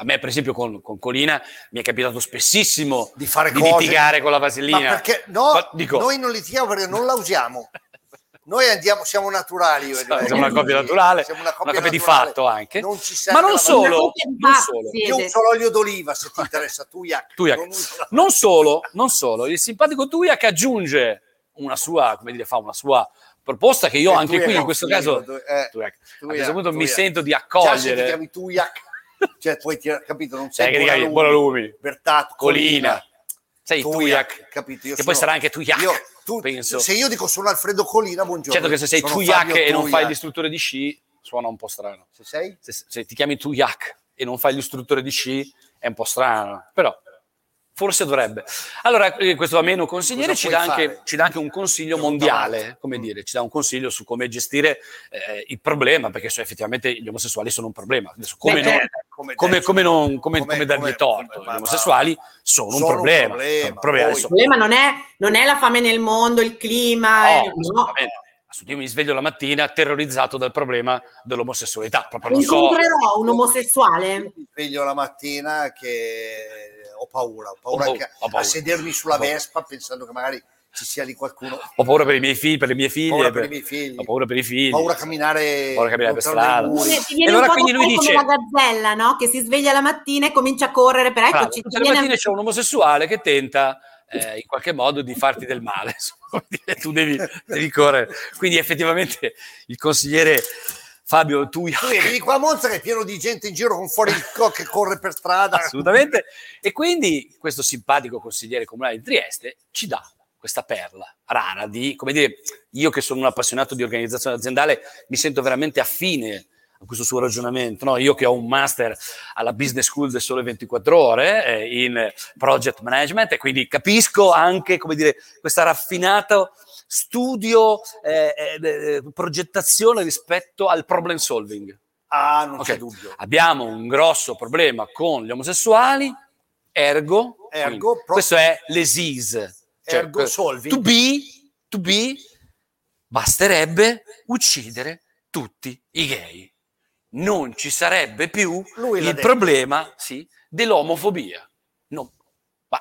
Speaker 2: A me, per esempio, con, con Colina mi è capitato spessissimo
Speaker 1: Di fare
Speaker 2: di
Speaker 1: cose.
Speaker 2: litigare con la vasellina.
Speaker 1: Ma perché no,
Speaker 2: Ma dico-
Speaker 1: noi non litigiamo perché non la usiamo. Noi andiamo, siamo naturali. io e
Speaker 2: Siamo
Speaker 1: lei.
Speaker 2: una coppia naturale,
Speaker 1: Siamo
Speaker 2: una coppia di
Speaker 1: naturale.
Speaker 2: fatto anche.
Speaker 1: Non ci serve
Speaker 2: Ma non
Speaker 1: la
Speaker 2: solo,
Speaker 3: vasellina.
Speaker 2: non solo.
Speaker 3: Sì.
Speaker 1: Io uso l'olio d'oliva se ti interessa, tu Iac.
Speaker 2: Tujak.
Speaker 1: Non uso-
Speaker 2: Non solo, non solo, il simpatico Tujak aggiunge una sua, come dire, fa una sua proposta che io
Speaker 1: Eh,
Speaker 2: anche
Speaker 1: Tujak
Speaker 2: qui
Speaker 1: è
Speaker 2: in
Speaker 1: un
Speaker 2: questo
Speaker 1: figo,
Speaker 2: caso
Speaker 1: tu- eh,
Speaker 2: Tujak, a
Speaker 1: Tujak,
Speaker 2: questo punto mi
Speaker 1: Tujak.
Speaker 2: sento di
Speaker 1: Già se ti
Speaker 2: accogliere
Speaker 1: chiami tu Iac, cioè poi ti capito, non
Speaker 2: Eh,
Speaker 1: sei
Speaker 2: che ti chiami
Speaker 1: Buonalumi,
Speaker 2: Buonalumi,
Speaker 1: Bertato,
Speaker 2: Colina, Sai, Tuiak,
Speaker 1: capito? Io
Speaker 2: che poi
Speaker 1: sono-
Speaker 2: sarà anche Tuiak,
Speaker 1: io- tu-
Speaker 2: penso.
Speaker 1: Se io dico sono Alfredo Colina, buongiorno.
Speaker 2: certo che se sei
Speaker 1: Sono
Speaker 2: Tuiak
Speaker 1: Fabio
Speaker 2: e non fai
Speaker 1: Tuiak.
Speaker 2: l'istruttore di sci, suona un po' strano.
Speaker 1: Se sei?
Speaker 2: Se, se ti chiami Tuiak e non fai l'istruttore di sci, è un po' strano, però forse dovrebbe. Allora, eh, questo ameno consigliere
Speaker 1: Cosa
Speaker 2: ci
Speaker 1: puoi
Speaker 2: dà, anche,
Speaker 1: fare?
Speaker 2: ci dà anche un consiglio
Speaker 1: Sono
Speaker 2: mondiale,
Speaker 1: davanti.
Speaker 2: come
Speaker 1: Mm.
Speaker 2: dire, ci dà un consiglio su come gestire eh, il problema, perché so, effettivamente gli omosessuali sono un problema. Adesso, come,
Speaker 3: Beh,
Speaker 2: non-
Speaker 1: eh, come,
Speaker 2: come, come non- come-
Speaker 1: come-
Speaker 2: come dargli
Speaker 1: come-
Speaker 2: torto?
Speaker 1: come-
Speaker 2: gli
Speaker 1: ma- ma-
Speaker 2: omosessuali sono,
Speaker 1: sono
Speaker 2: un
Speaker 1: un
Speaker 2: problema.
Speaker 1: problema,
Speaker 2: sono un problema.
Speaker 1: poi-
Speaker 2: Adesso-
Speaker 3: Il problema non è, non è la fame nel mondo, il clima,
Speaker 2: No,
Speaker 3: eh, no.
Speaker 2: oh, assolutamente. Assolutamente, Io mi sveglio la mattina terrorizzato dal problema dell'omosessualità. Proprio non so.
Speaker 3: Incontrerò un omosessuale?
Speaker 1: Mi sveglio la mattina che ho paura, ho
Speaker 2: Ho
Speaker 1: paura,
Speaker 2: paura,
Speaker 1: che-
Speaker 2: ho paura.
Speaker 1: a sedermi sulla
Speaker 2: Ho paura.
Speaker 1: Vespa pensando che magari ci sia lì qualcuno. Ho
Speaker 2: Ho paura per i miei figli, per le mie figlie.
Speaker 1: paura per
Speaker 2: per-
Speaker 1: i miei figli,
Speaker 2: Ho paura per i figli.
Speaker 1: ho paura a camminare,
Speaker 2: Paura a camminare per
Speaker 1: lontano dai
Speaker 2: strada.
Speaker 1: muri.
Speaker 3: Ti viene
Speaker 2: E allora
Speaker 3: un po' da
Speaker 2: quindi lui
Speaker 3: fare
Speaker 2: dice-
Speaker 3: come la gazzella, no? Che si sveglia la mattina e comincia a correre per
Speaker 2: Bravo,
Speaker 3: eccoci.
Speaker 2: tutte
Speaker 3: Ecco, ci
Speaker 2: le
Speaker 3: viene-
Speaker 2: mattine c'è un omosessuale che tenta eh, in qualche modo di farti del male. insomma, come dire, tu devi, devi correre. Quindi effettivamente il consigliere Fabio Tuia
Speaker 1: Tu vedi qua a Monza che è pieno di gente in giro con fuori il co che corre per strada.
Speaker 2: assolutamente. E quindi questo simpatico consigliere comunale di Trieste ci dà questa perla rara di, come dire, io che sono un appassionato di organizzazione aziendale mi sento veramente affine a questo suo ragionamento. no? Io che ho un master alla Business School del Sole 24 Ore eh, in project management e quindi capisco anche, come dire, questa raffinata studio, eh, eh, eh, progettazione rispetto al problem solving.
Speaker 1: Ah, non
Speaker 2: Ok.
Speaker 1: c'è dubbio.
Speaker 2: Abbiamo un grosso problema con gli omosessuali, ergo,
Speaker 1: Ergo,
Speaker 2: quindi,
Speaker 1: pro-
Speaker 2: questo è l'ESIS. Cioè, eh,
Speaker 1: Ergo solvi.
Speaker 2: To be, to be, basterebbe uccidere tutti i gay. Non ci sarebbe più
Speaker 1: Lui l'ha
Speaker 2: il
Speaker 1: detto.
Speaker 2: problema sì, dell'omofobia. No, ma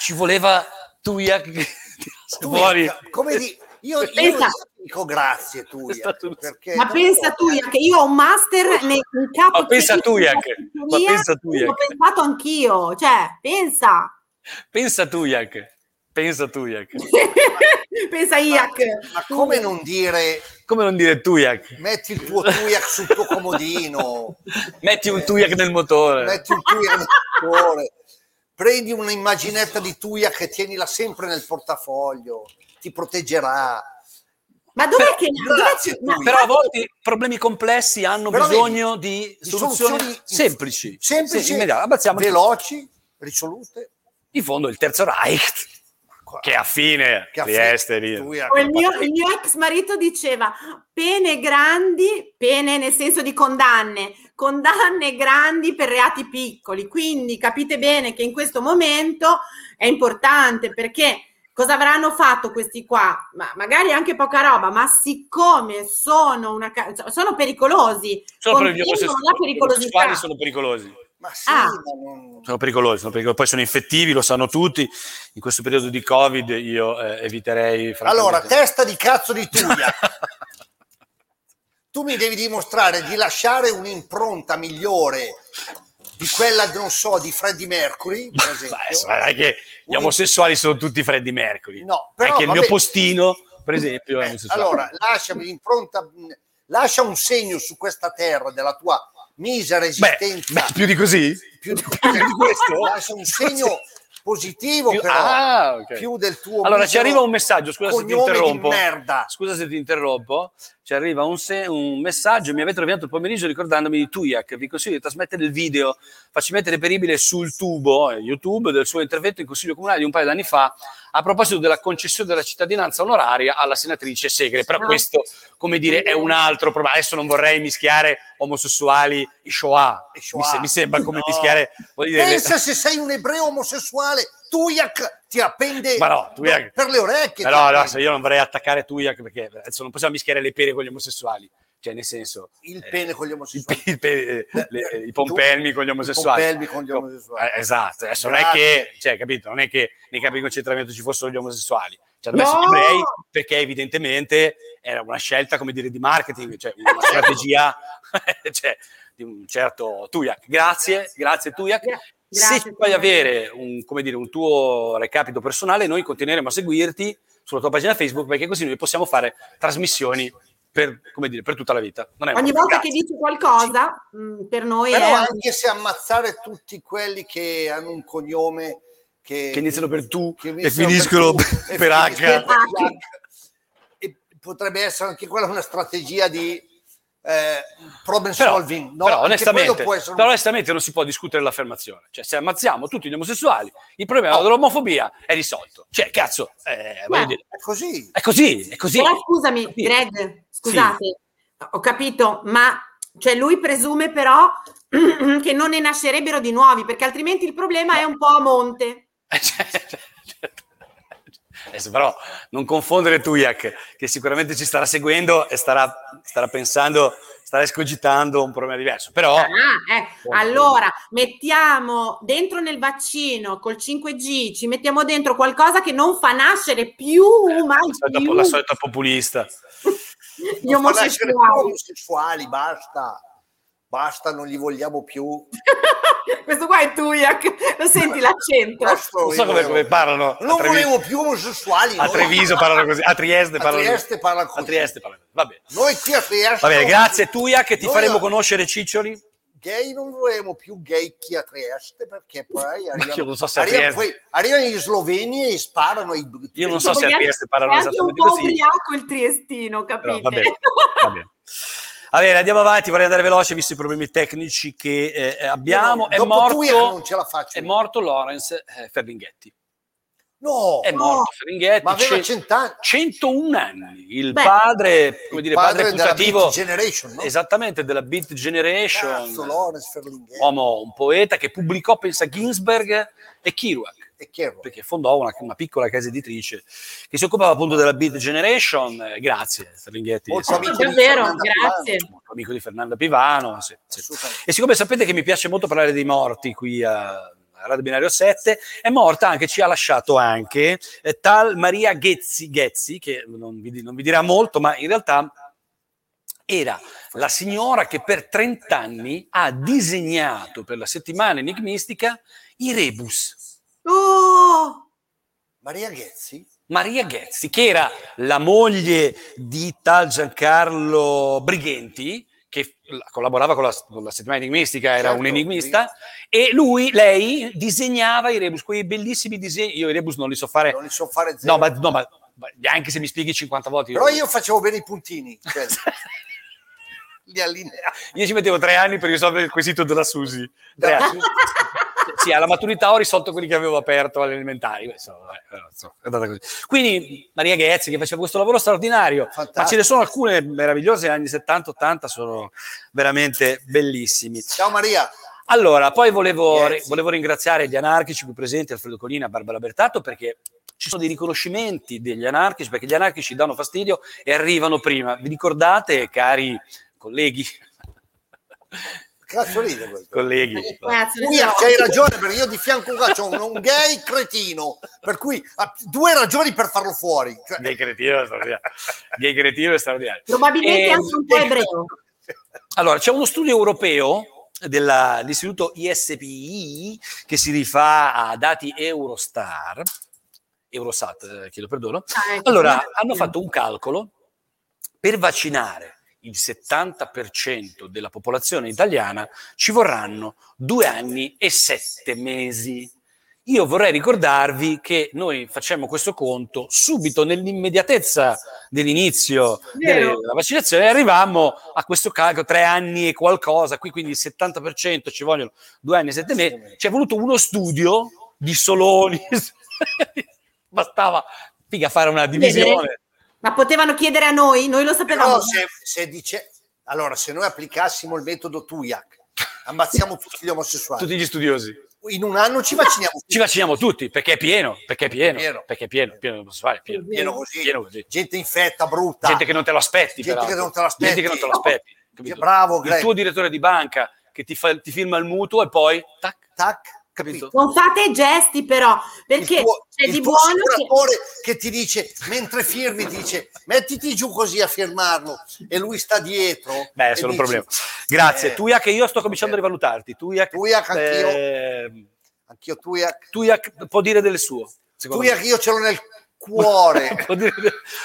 Speaker 2: ci voleva Tuia che tirasse
Speaker 1: Tu,
Speaker 2: fuori.
Speaker 1: come di- io, io
Speaker 3: Pensa.
Speaker 1: dico grazie tu,
Speaker 2: È stato-
Speaker 1: perché eh,
Speaker 3: Ma pensa tu, Iac, che io ho un master nei- in capo
Speaker 2: Ma pensa tu,
Speaker 3: tecnico
Speaker 2: Iac,
Speaker 3: di
Speaker 2: ma
Speaker 3: ingegneria,
Speaker 2: pensa tu,
Speaker 3: L'ho
Speaker 2: Iac.
Speaker 3: pensato anch'io, cioè, pensa.
Speaker 2: Pensa Tuiak, pensa Tuiak.
Speaker 3: pensa Iac.
Speaker 1: ma come non dire
Speaker 2: Come non dire Tuiak?
Speaker 1: metti il tuo Tuiak sul tuo comodino,
Speaker 2: Metti un Tuiak nel motore.
Speaker 1: metti un Tuiak nel cuore, prendi un'immaginetta di Tuiak e tienila sempre nel portafoglio, ti proteggerà.
Speaker 3: Ma dov'è
Speaker 2: Però-
Speaker 3: che...
Speaker 1: grazie,
Speaker 3: dov'è che- ma-
Speaker 1: tu,
Speaker 2: Però a volte i problemi complessi hanno
Speaker 1: Però
Speaker 2: bisogno di
Speaker 1: Di
Speaker 2: soluzioni, semplici,
Speaker 1: semplici,
Speaker 2: Sì, immediate. Abbazziamo
Speaker 1: veloci, risolute.
Speaker 2: di fondo il terzo Reich che a fine
Speaker 1: Che a
Speaker 2: Trieste
Speaker 1: fine
Speaker 2: lì.
Speaker 1: Tuiak-
Speaker 3: il mio, il mio ex marito diceva pene grandi, pene nel senso di condanne, condanne grandi per reati piccoli. Quindi capite bene che in questo momento è importante perché cosa avranno fatto questi qua? Ma magari anche poca roba, ma siccome sono, una, ca- cioè, sono pericolosi,
Speaker 2: Solo per gli
Speaker 3: contengono
Speaker 2: omosessuali
Speaker 3: la
Speaker 2: gli omosessuali
Speaker 3: pericolosità.
Speaker 2: sono pericolosi.
Speaker 1: Ma sì,
Speaker 3: Ah.
Speaker 1: ma non-
Speaker 2: Sono pericolosi, sono pericolosi. poi sono infettivi, lo sanno tutti. In questo periodo di Covid io eh, eviterei.
Speaker 1: Allora,
Speaker 2: francamente-
Speaker 1: testa di cazzo di Tuiak. tu mi devi dimostrare di lasciare un'impronta migliore di quella, non so, di Freddie Mercury, per esempio.
Speaker 2: Beh, sai sai che gli
Speaker 1: Un-
Speaker 2: omosessuali sono tutti Freddy Mercury.
Speaker 1: No, però,
Speaker 2: Anche il mio
Speaker 1: vabbè.
Speaker 2: postino, per esempio, è
Speaker 1: Eh,
Speaker 2: omosessuale.
Speaker 1: allora, lasciami l'impronta, mh, lascia un segno su questa terra della tua misera
Speaker 2: Beh,
Speaker 1: esistenza.
Speaker 2: beh, più di così?
Speaker 1: Più di-
Speaker 2: questo?
Speaker 1: Lascia un segno positivo,
Speaker 2: Più-
Speaker 1: però,
Speaker 2: ah, ok.
Speaker 1: più del tuo
Speaker 2: Allora ci
Speaker 1: misero
Speaker 2: arriva un messaggio, scusa se ti
Speaker 1: cognome di
Speaker 2: interrompo.
Speaker 1: merda.
Speaker 2: Ah, Scusa se ti interrompo. Ci arriva un, se- un messaggio, mi avete rovinato il pomeriggio ricordandomi di Tuiak. Vi consiglio di trasmettere il video facilmente reperibile sul tubo eh, YouTube del suo intervento in Consiglio Comunale di un paio d'anni fa a proposito della concessione della cittadinanza onoraria alla senatrice Segre. Però
Speaker 3: Ah.
Speaker 2: questo, come dire, è un altro problema. Adesso non vorrei mischiare omosessuali e Shoah.
Speaker 1: E
Speaker 2: Mi,
Speaker 1: Shoah.
Speaker 2: se- mi sembra come
Speaker 1: No.
Speaker 2: mischiare... voglio dire, le-
Speaker 1: Pensa se sei un ebreo omosessuale, Tuiak ti appende
Speaker 2: Ma no, Tuiak-
Speaker 1: per le orecchie. cioè, ti
Speaker 2: Però no,
Speaker 1: appende.
Speaker 2: se io non vorrei attaccare Tuiak perché adesso non possiamo mischiare le pere con gli omosessuali. Cioè, nel senso,
Speaker 1: Il
Speaker 2: eh,
Speaker 1: pene con gli
Speaker 2: il
Speaker 1: omosessuali.
Speaker 2: pe- il pe- eh, le- eh, i pompelmi con gli omosessuali.
Speaker 1: I pompelmi con gli omosessuali.
Speaker 2: Eh, esatto, adesso non è
Speaker 1: Grazie.
Speaker 2: che, cioè, capito, non è che nei campi di concentramento ci fossero gli omosessuali. Cioè, Ci hanno
Speaker 3: No!
Speaker 2: messo gli ebrei perché evidentemente era una scelta, come dire, di marketing, cioè una strategia cioè, di un certo Tuiak. Grazie, grazie Tuiak.
Speaker 3: Gra-
Speaker 2: Se
Speaker 3: grazie,
Speaker 2: ci puoi
Speaker 3: Tuiak.
Speaker 2: avere un, come dire, un tuo recapito personale, noi continueremo a seguirti sulla tua pagina Facebook perché così noi possiamo fare trasmissioni per, come dire, per tutta la vita. Non è un
Speaker 3: Ogni
Speaker 2: problema.
Speaker 3: volta che dici qualcosa, mh, per noi
Speaker 1: Però
Speaker 3: è...
Speaker 1: anche se ammazzare tutti quelli che hanno un cognome che,
Speaker 2: Che iniziano per tu
Speaker 1: che
Speaker 2: e
Speaker 1: iniziano
Speaker 2: finiscono
Speaker 1: tu,
Speaker 2: per-
Speaker 1: e
Speaker 2: per H.
Speaker 1: finiscono per H. E potrebbe essere anche quella una strategia di eh, problem
Speaker 2: Però,
Speaker 1: solving. No?
Speaker 2: però,
Speaker 1: Anche
Speaker 2: onestamente,
Speaker 1: quello può essere un-
Speaker 2: però onestamente non si può discutere l'affermazione. Cioè, se ammazziamo tutti gli omosessuali, il problema dell'omofobia è risolto. Cioè, cazzo, eh, voglio
Speaker 3: Beh.
Speaker 2: dire,
Speaker 1: È così.
Speaker 2: è così, è così.
Speaker 3: Però Oh, scusami,
Speaker 2: Sì.
Speaker 3: Greg, scusate, ho capito, ma cioè lui presume però che non ne nascerebbero di nuovi, perché altrimenti il problema è un po' a monte.
Speaker 2: Eh, cioè, Adesso però non confondere Tujak, che sicuramente ci starà seguendo e starà, starà pensando, starà escogitando un problema diverso. Però,
Speaker 3: Ah, eh,
Speaker 2: Buono.
Speaker 3: Allora, mettiamo dentro nel vaccino col 5G, ci mettiamo dentro qualcosa che non fa nascere più, mai
Speaker 2: la solita,
Speaker 3: più,
Speaker 2: la solita populista.
Speaker 3: gli
Speaker 1: Non fa nascere più
Speaker 3: omosessuali.
Speaker 1: omosessuali, basta. Basta, non li vogliamo più.
Speaker 3: Questo qua è Tujak, lo senti l'accento?
Speaker 1: Questo
Speaker 2: Non so
Speaker 1: io
Speaker 2: come,
Speaker 1: volevo.
Speaker 2: come parlano. a
Speaker 1: Non
Speaker 2: Trevi-
Speaker 1: volevo più omosessuali.
Speaker 2: A
Speaker 1: no?
Speaker 2: Treviso parlano così, a Trieste
Speaker 1: A
Speaker 2: parlano
Speaker 1: Trieste parla
Speaker 2: A
Speaker 1: così.
Speaker 2: Trieste parlano così. Va bene.
Speaker 1: Noi qui a Trieste.
Speaker 2: Va bene, grazie Tuia che ti
Speaker 1: Noi
Speaker 2: faremo
Speaker 1: a-
Speaker 2: conoscere Ciccioli.
Speaker 1: Gay non volevamo più gay chi a Trieste perché poi
Speaker 2: io non
Speaker 1: arrivano,
Speaker 2: so se a
Speaker 1: arrivano,
Speaker 2: Trieste-
Speaker 1: poi- arrivano gli sloveni e sparano i
Speaker 2: Io non so se a
Speaker 3: Magari
Speaker 2: Trieste parlano
Speaker 3: è anche un
Speaker 2: esattamente
Speaker 3: po'
Speaker 2: così.
Speaker 3: ubriaco il triestino, capite?
Speaker 2: Però va bene, va bene. Va bene, andiamo avanti, vorrei andare veloce visto i problemi tecnici che eh, abbiamo. È
Speaker 1: Dopo Tuia non
Speaker 2: morto,
Speaker 1: ce la faccio.
Speaker 2: è morto Lawrence eh, Ferlinghetti.
Speaker 1: No,
Speaker 2: È morto Ferlinghetti,
Speaker 1: ma aveva
Speaker 2: ce-
Speaker 1: cent'anni.
Speaker 2: 101 anni, il
Speaker 3: Beh.
Speaker 2: padre, come dire, padre,
Speaker 1: della
Speaker 2: putativo,
Speaker 1: Beat Generation, no?
Speaker 2: esattamente, della Beat Generation.
Speaker 1: Cazzo, Lawrence Ferlinghetti
Speaker 2: uomo, un poeta che pubblicò, pensa, Ginsberg e Kerouac,
Speaker 1: e Kerro.
Speaker 2: perché fondò una, una piccola casa editrice che si occupava appunto della Beat Generation. Eh, Grazie, Ferlinghetti,
Speaker 1: Molto
Speaker 2: sì,
Speaker 1: amico di
Speaker 3: Ecco, Davvero,
Speaker 1: Fernanda
Speaker 3: grazie.
Speaker 1: Pivano.
Speaker 2: molto amico di Fernanda Pivano. sì, sì.
Speaker 1: Assolutamente.
Speaker 2: E siccome sapete che mi piace molto parlare dei morti qui a a Radio Binario 7, è morta anche, ci ha lasciato anche eh, tal Maria Ghezzi, Ghezzi che non vi, non vi dirà molto, ma in realtà era la signora che per 30 anni ha disegnato per la settimana enigmistica i rebus.
Speaker 3: Oh!
Speaker 1: Maria Ghezzi?
Speaker 2: Maria Ghezzi, che era la moglie di tal Giancarlo Brighenti, che collaborava con la, con la settimana enigmistica, era
Speaker 1: Certo,
Speaker 2: un enigmista, e lui, lei, disegnava i rebus, quei bellissimi disegni. Io i rebus non li so fare,
Speaker 1: Non li so fare zero.
Speaker 2: no, ma, no, ma- ma anche se mi spieghi 50 volte.
Speaker 1: Però io facevo bene i puntini, cioè, li allineavo.
Speaker 2: Io ci mettevo tre anni per risolvere il quesito della Susi. Tre anni. Sì, alla maturità ho risolto quelli che avevo aperto alle elementari. Questo, eh, però, insomma, è andata così. Quindi Maria Ghezzi che faceva questo lavoro straordinario,
Speaker 1: Fantastico.
Speaker 2: ma ce ne sono alcune meravigliose, anni 70-80 sono veramente bellissimi.
Speaker 1: Ciao Maria.
Speaker 2: Allora, poi volevo,
Speaker 1: Ghezzi.
Speaker 2: volevo ringraziare gli anarchici qui presenti, Alfredo Colina, Barbara Bertato, perché ci sono dei riconoscimenti degli anarchici, perché gli anarchici danno fastidio e arrivano prima. Vi ricordate, cari colleghi?
Speaker 1: Cazzo ride questo.
Speaker 2: colleghi.
Speaker 3: Ecco, Ragazzi,
Speaker 1: Sì,
Speaker 3: no.
Speaker 1: c'hai ragione perché io di fianco qua c'ho un, un gay cretino per cui ha due ragioni per farlo fuori Cioè,
Speaker 2: Gay cretino è straordinario. Gay cretino è straordinario.
Speaker 3: Probabilmente
Speaker 2: Eh,
Speaker 3: anche un po' ebreo.
Speaker 2: Allora, c'è uno studio europeo della- dell'istituto ISPI che si rifà a dati Eurostar, Eurosat, eh, chiedo perdono.
Speaker 3: Ah, ecco.
Speaker 2: Allora, hanno fatto un calcolo per vaccinare il 70% della popolazione italiana ci vorranno due anni e sette mesi. Io vorrei ricordarvi che noi facciamo questo conto subito nell'immediatezza dell'inizio
Speaker 3: Vero.
Speaker 2: della vaccinazione e arrivammo a questo calcolo tre anni e qualcosa, qui quindi il 70% ci vogliono due anni e sette mesi. Ci è voluto uno studio di Soloni, bastava figa fare una divisione.
Speaker 3: Ma potevano chiedere a noi, noi lo sapevamo.
Speaker 1: però se, se dice allora se noi applicassimo il metodo Tuiac ammazziamo tutti gli omosessuali
Speaker 2: Tutti gli studiosi.
Speaker 1: in un anno ci vacciniamo
Speaker 2: Ci
Speaker 1: tutti.
Speaker 2: vacciniamo tutti perché è pieno, perché è pieno,
Speaker 1: Pieno.
Speaker 2: perché è pieno, pieno, non posso fare, pieno,
Speaker 1: pieno così.
Speaker 2: pieno così.
Speaker 1: gente infetta brutta
Speaker 2: Gente che non te lo aspetti,
Speaker 1: Gente
Speaker 2: peraltro.
Speaker 1: che non te lo aspetti.
Speaker 2: Gente che non te lo aspetti, capito?
Speaker 1: Sì, bravo,
Speaker 2: Il
Speaker 1: Greg.
Speaker 2: tuo direttore di banca che ti, fa- ti firma il mutuo e poi tac,
Speaker 1: tac
Speaker 2: capito?
Speaker 1: capito
Speaker 3: Non fate i gesti però,
Speaker 1: il
Speaker 3: perché
Speaker 1: tuo,
Speaker 3: c'è
Speaker 1: il
Speaker 3: di
Speaker 1: tuo
Speaker 3: buono che...
Speaker 1: assicuratore che... ti dice mentre firmi ti dice mettiti giù così a firmarlo e lui sta dietro
Speaker 2: Beh,
Speaker 1: e
Speaker 2: è solo un
Speaker 1: dici,
Speaker 2: problema. Grazie.
Speaker 1: eh,
Speaker 2: Tuia che io sto cominciando
Speaker 1: ok.
Speaker 2: a rivalutarti. Tuia che
Speaker 1: Tuia che anch'io.
Speaker 2: eh,
Speaker 1: anch'io Tuiac
Speaker 2: Tuia che può dire del suo. secondo
Speaker 1: Tuiac
Speaker 2: me.
Speaker 1: io ce l'ho nel cuore.
Speaker 2: Può dire,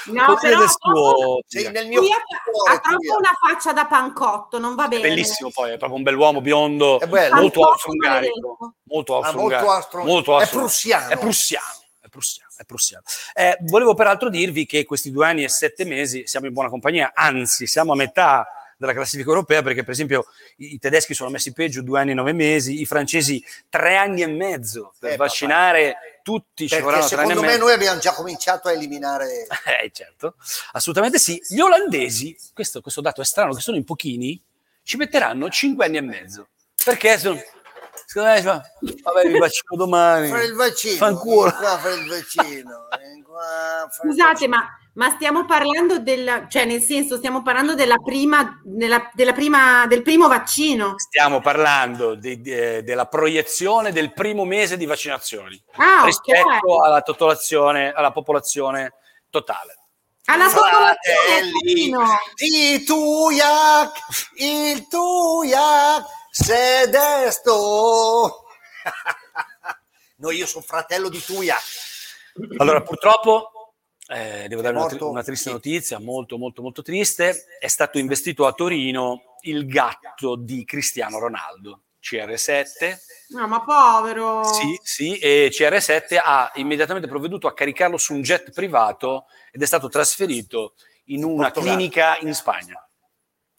Speaker 3: No,
Speaker 2: può dire
Speaker 3: però
Speaker 2: del suo.
Speaker 1: Sei nel mio
Speaker 3: Qui ha,
Speaker 1: cuore.
Speaker 3: ha troppo
Speaker 1: Giulia.
Speaker 3: una faccia da pancotto, non va bene.
Speaker 2: Bellissimo poi, è proprio un bell'uomo biondo,
Speaker 1: È bello.
Speaker 2: molto
Speaker 3: Pancotto
Speaker 2: austro-ungarico.
Speaker 3: maledetto.
Speaker 2: Molto
Speaker 1: Ah, molto
Speaker 2: austro-ungarico.
Speaker 1: astro-
Speaker 2: Molto
Speaker 1: È
Speaker 2: astro-
Speaker 1: prussiano.
Speaker 2: È prussiano. È prussiano, è prussiano. Eh, volevo peraltro dirvi che questi due anni e sette mesi siamo in buona compagnia, anzi siamo a metà della classifica europea perché per esempio i, i tedeschi sono messi peggio due anni e nove mesi, i francesi tre anni e mezzo per
Speaker 1: Eh,
Speaker 2: vaccinare tutti, ci
Speaker 1: Perché
Speaker 2: vorranno tre anni e
Speaker 1: secondo me
Speaker 2: mezzo.
Speaker 1: noi abbiamo già cominciato a eliminare
Speaker 2: Eh, certo, assolutamente sì. Gli olandesi, questo, questo dato è strano, che sono in pochini, ci metteranno 5 anni e mezzo. Perché sono... Secondo me, insomma, vabbè, vi vaccino domani.
Speaker 1: fare il vaccino.
Speaker 2: Fanculo.
Speaker 1: vieni Qua fare il vaccino. vieni qua, fare il
Speaker 3: Scusate, ma, ma stiamo parlando del, cioè nel senso stiamo parlando della prima, della, della prima, del primo vaccino.
Speaker 2: Stiamo parlando di- di- della proiezione del primo mese di vaccinazioni
Speaker 3: Ah, ok.
Speaker 2: rispetto alla, totolazione- alla popolazione totale.
Speaker 3: Alla
Speaker 2: Ah,
Speaker 3: popolazione,
Speaker 1: Fratelli,
Speaker 3: carino.
Speaker 1: il Tujak, il Tujak, se desto. No, io sono fratello di Tujak.
Speaker 2: Allora, purtroppo, eh, devo dare una, tri-
Speaker 1: morto?
Speaker 2: una triste
Speaker 1: Sì.
Speaker 2: notizia, molto, molto, molto triste. È stato investito a Torino il gatto di Cristiano Ronaldo, CR7.
Speaker 3: No, ma
Speaker 1: Oh.
Speaker 3: povero.
Speaker 2: Sì, sì, e CR7 ha immediatamente provveduto a caricarlo su un jet privato ed è stato trasferito in una
Speaker 1: Portogallo.
Speaker 2: clinica in Spagna.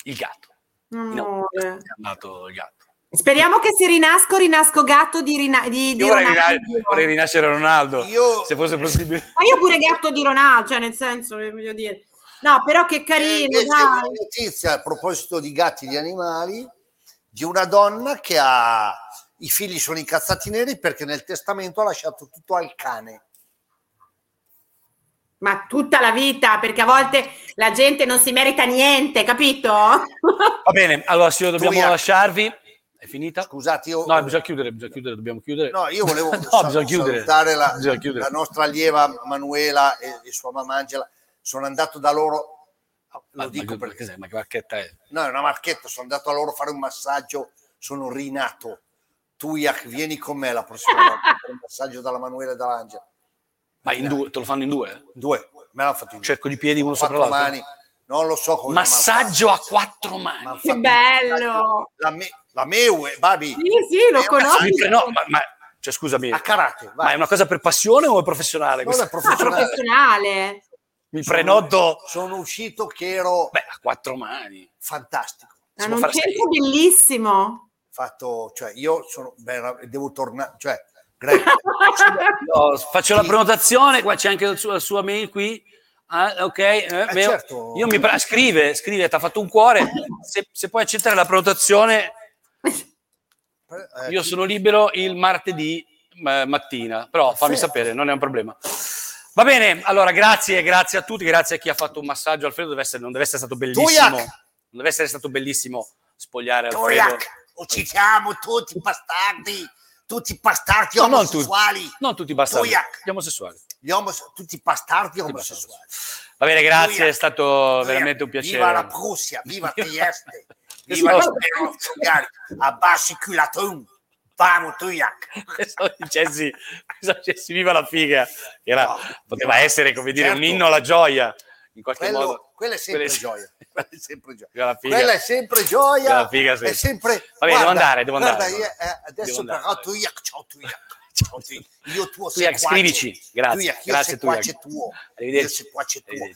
Speaker 2: Il gatto. No, è
Speaker 3: Amore.
Speaker 2: andato il gatto.
Speaker 3: Speriamo che si rinasco, rinasco gatto di, Rina- di, di
Speaker 2: Io vorrei,
Speaker 3: Ronaldo.
Speaker 2: rina- vorrei rinascere Ronaldo,
Speaker 1: Io-
Speaker 2: se fosse possibile.
Speaker 3: Ma io pure gatto di Ronaldo, cioè nel senso, eh, voglio dire. No, però che
Speaker 2: Eh,
Speaker 3: carino,
Speaker 1: Invece una
Speaker 3: dai.
Speaker 1: notizia a proposito di gatti e di animali, di una donna che ha i figli sono incazzati neri perché nel testamento ha lasciato tutto al cane.
Speaker 3: Ma tutta la vita, perché a volte la gente non si merita niente, capito?
Speaker 2: Va bene, allora signor, dobbiamo
Speaker 1: Tuia.
Speaker 2: lasciarvi. È finita?
Speaker 1: Scusate, io
Speaker 2: No, bisogna chiudere, bisogna chiudere, dobbiamo chiudere.
Speaker 1: Oh, No, io volevo
Speaker 2: No,
Speaker 1: sal-
Speaker 2: bisogna chiudere.
Speaker 1: salutare la,
Speaker 2: Bisogna chiudere. Ah,
Speaker 1: la nostra allieva Manuela e, e sua mamma Angela. Sono andato da loro, lo
Speaker 2: ma,
Speaker 1: dico
Speaker 2: ma-
Speaker 1: perché
Speaker 2: che sei, ma che bacchetta è?
Speaker 1: no, è una marchetta, sono andato a loro a fare un massaggio, sono rinato. Tu, Iach, vieni con me la prossima volta a fare un massaggio dalla Manuela e dall'Angela.
Speaker 2: Ma
Speaker 1: Eh.
Speaker 2: in due, te lo fanno in due?
Speaker 1: Due, me l'hanno fatto in due.
Speaker 2: Cerco di piedi uno Cioè, sopra
Speaker 1: Quattro
Speaker 2: l'altro.
Speaker 1: mani, non lo so come mi hanno
Speaker 2: Massaggio a
Speaker 1: fatto.
Speaker 2: quattro
Speaker 1: Mi hanno
Speaker 2: mani.
Speaker 1: fatto
Speaker 3: Che
Speaker 1: un
Speaker 3: bello!
Speaker 1: massaggio. La, me, la Meue, Babi,
Speaker 3: Sì, sì, lo
Speaker 1: Eh,
Speaker 3: conosco.
Speaker 2: Mi pre- no, ma, ma- cioè, scusami,
Speaker 1: a karate,
Speaker 2: ma è
Speaker 1: Ah, vai.
Speaker 2: una cosa per passione o è professionale?
Speaker 1: Non è
Speaker 2: Questa-
Speaker 3: Ah,
Speaker 1: professionale.
Speaker 3: professionale.
Speaker 2: Mi prenoto
Speaker 1: Sono uscito che ero
Speaker 2: beh, a quattro mani.
Speaker 1: fantastico.
Speaker 3: Ma
Speaker 2: Si
Speaker 3: non
Speaker 2: può fare
Speaker 3: c'entra
Speaker 2: sei.
Speaker 3: bellissimo.
Speaker 1: fatto, cioè io sono, beh, devo tornare, cioè, Greg,
Speaker 2: No, faccio la
Speaker 1: Sì.
Speaker 2: prenotazione, qua c'è anche la sua, la sua mail qui. Ah, ok, eh, beh,
Speaker 1: certo.
Speaker 2: io mi pre- scrive, scrive, ti ha fatto un cuore. Se, se puoi accettare la prenotazione,
Speaker 1: eh,
Speaker 2: io sono libero il martedì eh, mattina, però fammi
Speaker 1: Perfetto.
Speaker 2: sapere, non è un problema. Va bene, allora grazie, grazie a tutti, grazie a chi ha fatto un massaggio. Alfredo deve essere, non deve essere stato bellissimo,
Speaker 1: Tuiac!
Speaker 2: non deve essere stato bellissimo spogliare Alfredo.
Speaker 1: Toyak, uccidiamo tutti i bastardi, tutti i bastardi
Speaker 2: No, non
Speaker 1: omosessuali,
Speaker 2: Non tutti bastardi,
Speaker 1: Tuiac!
Speaker 2: gli omosessuali.
Speaker 1: gli omos- tutti i bastardi
Speaker 2: Tutti
Speaker 1: omosessuali.
Speaker 2: Va bene, grazie,
Speaker 1: Tuiac!
Speaker 2: è stato
Speaker 1: Toyak,
Speaker 2: veramente un piacere.
Speaker 1: Viva la Prussia, viva
Speaker 2: Viva-
Speaker 1: Trieste, viva
Speaker 2: Io-
Speaker 1: lo Spero Fugari, abbassi culatum, vamo Toyak.
Speaker 2: Pensavo dicessi, pensavo dicessi viva la figa, che era-
Speaker 1: No,
Speaker 2: poteva
Speaker 1: viva-
Speaker 2: essere come dire un
Speaker 1: certo.
Speaker 2: inno alla gioia, in qualche
Speaker 1: Quello,
Speaker 2: modo.
Speaker 1: quella è sempre
Speaker 2: Quella è-
Speaker 1: gioia. quella è sempre gioia.
Speaker 2: Viva la figa.
Speaker 1: Quella è sempre gioia.
Speaker 2: Viva la figa, sì.
Speaker 1: È sempre.
Speaker 2: Va bene, devo andare, devo
Speaker 1: guarda,
Speaker 2: andare.
Speaker 1: io, eh, adesso
Speaker 2: Devo andare.
Speaker 1: però tu io, ciao tu io, ciao tu io, tuo
Speaker 2: Tu,
Speaker 1: seguace.
Speaker 2: Iac, scrivici. Grazie,
Speaker 1: Tu, Iac, io
Speaker 2: grazie, tu,
Speaker 1: seguace
Speaker 2: Iac.
Speaker 1: tuo.
Speaker 2: Arrivederci.
Speaker 1: Io seguace tuo.
Speaker 2: Arrivederci.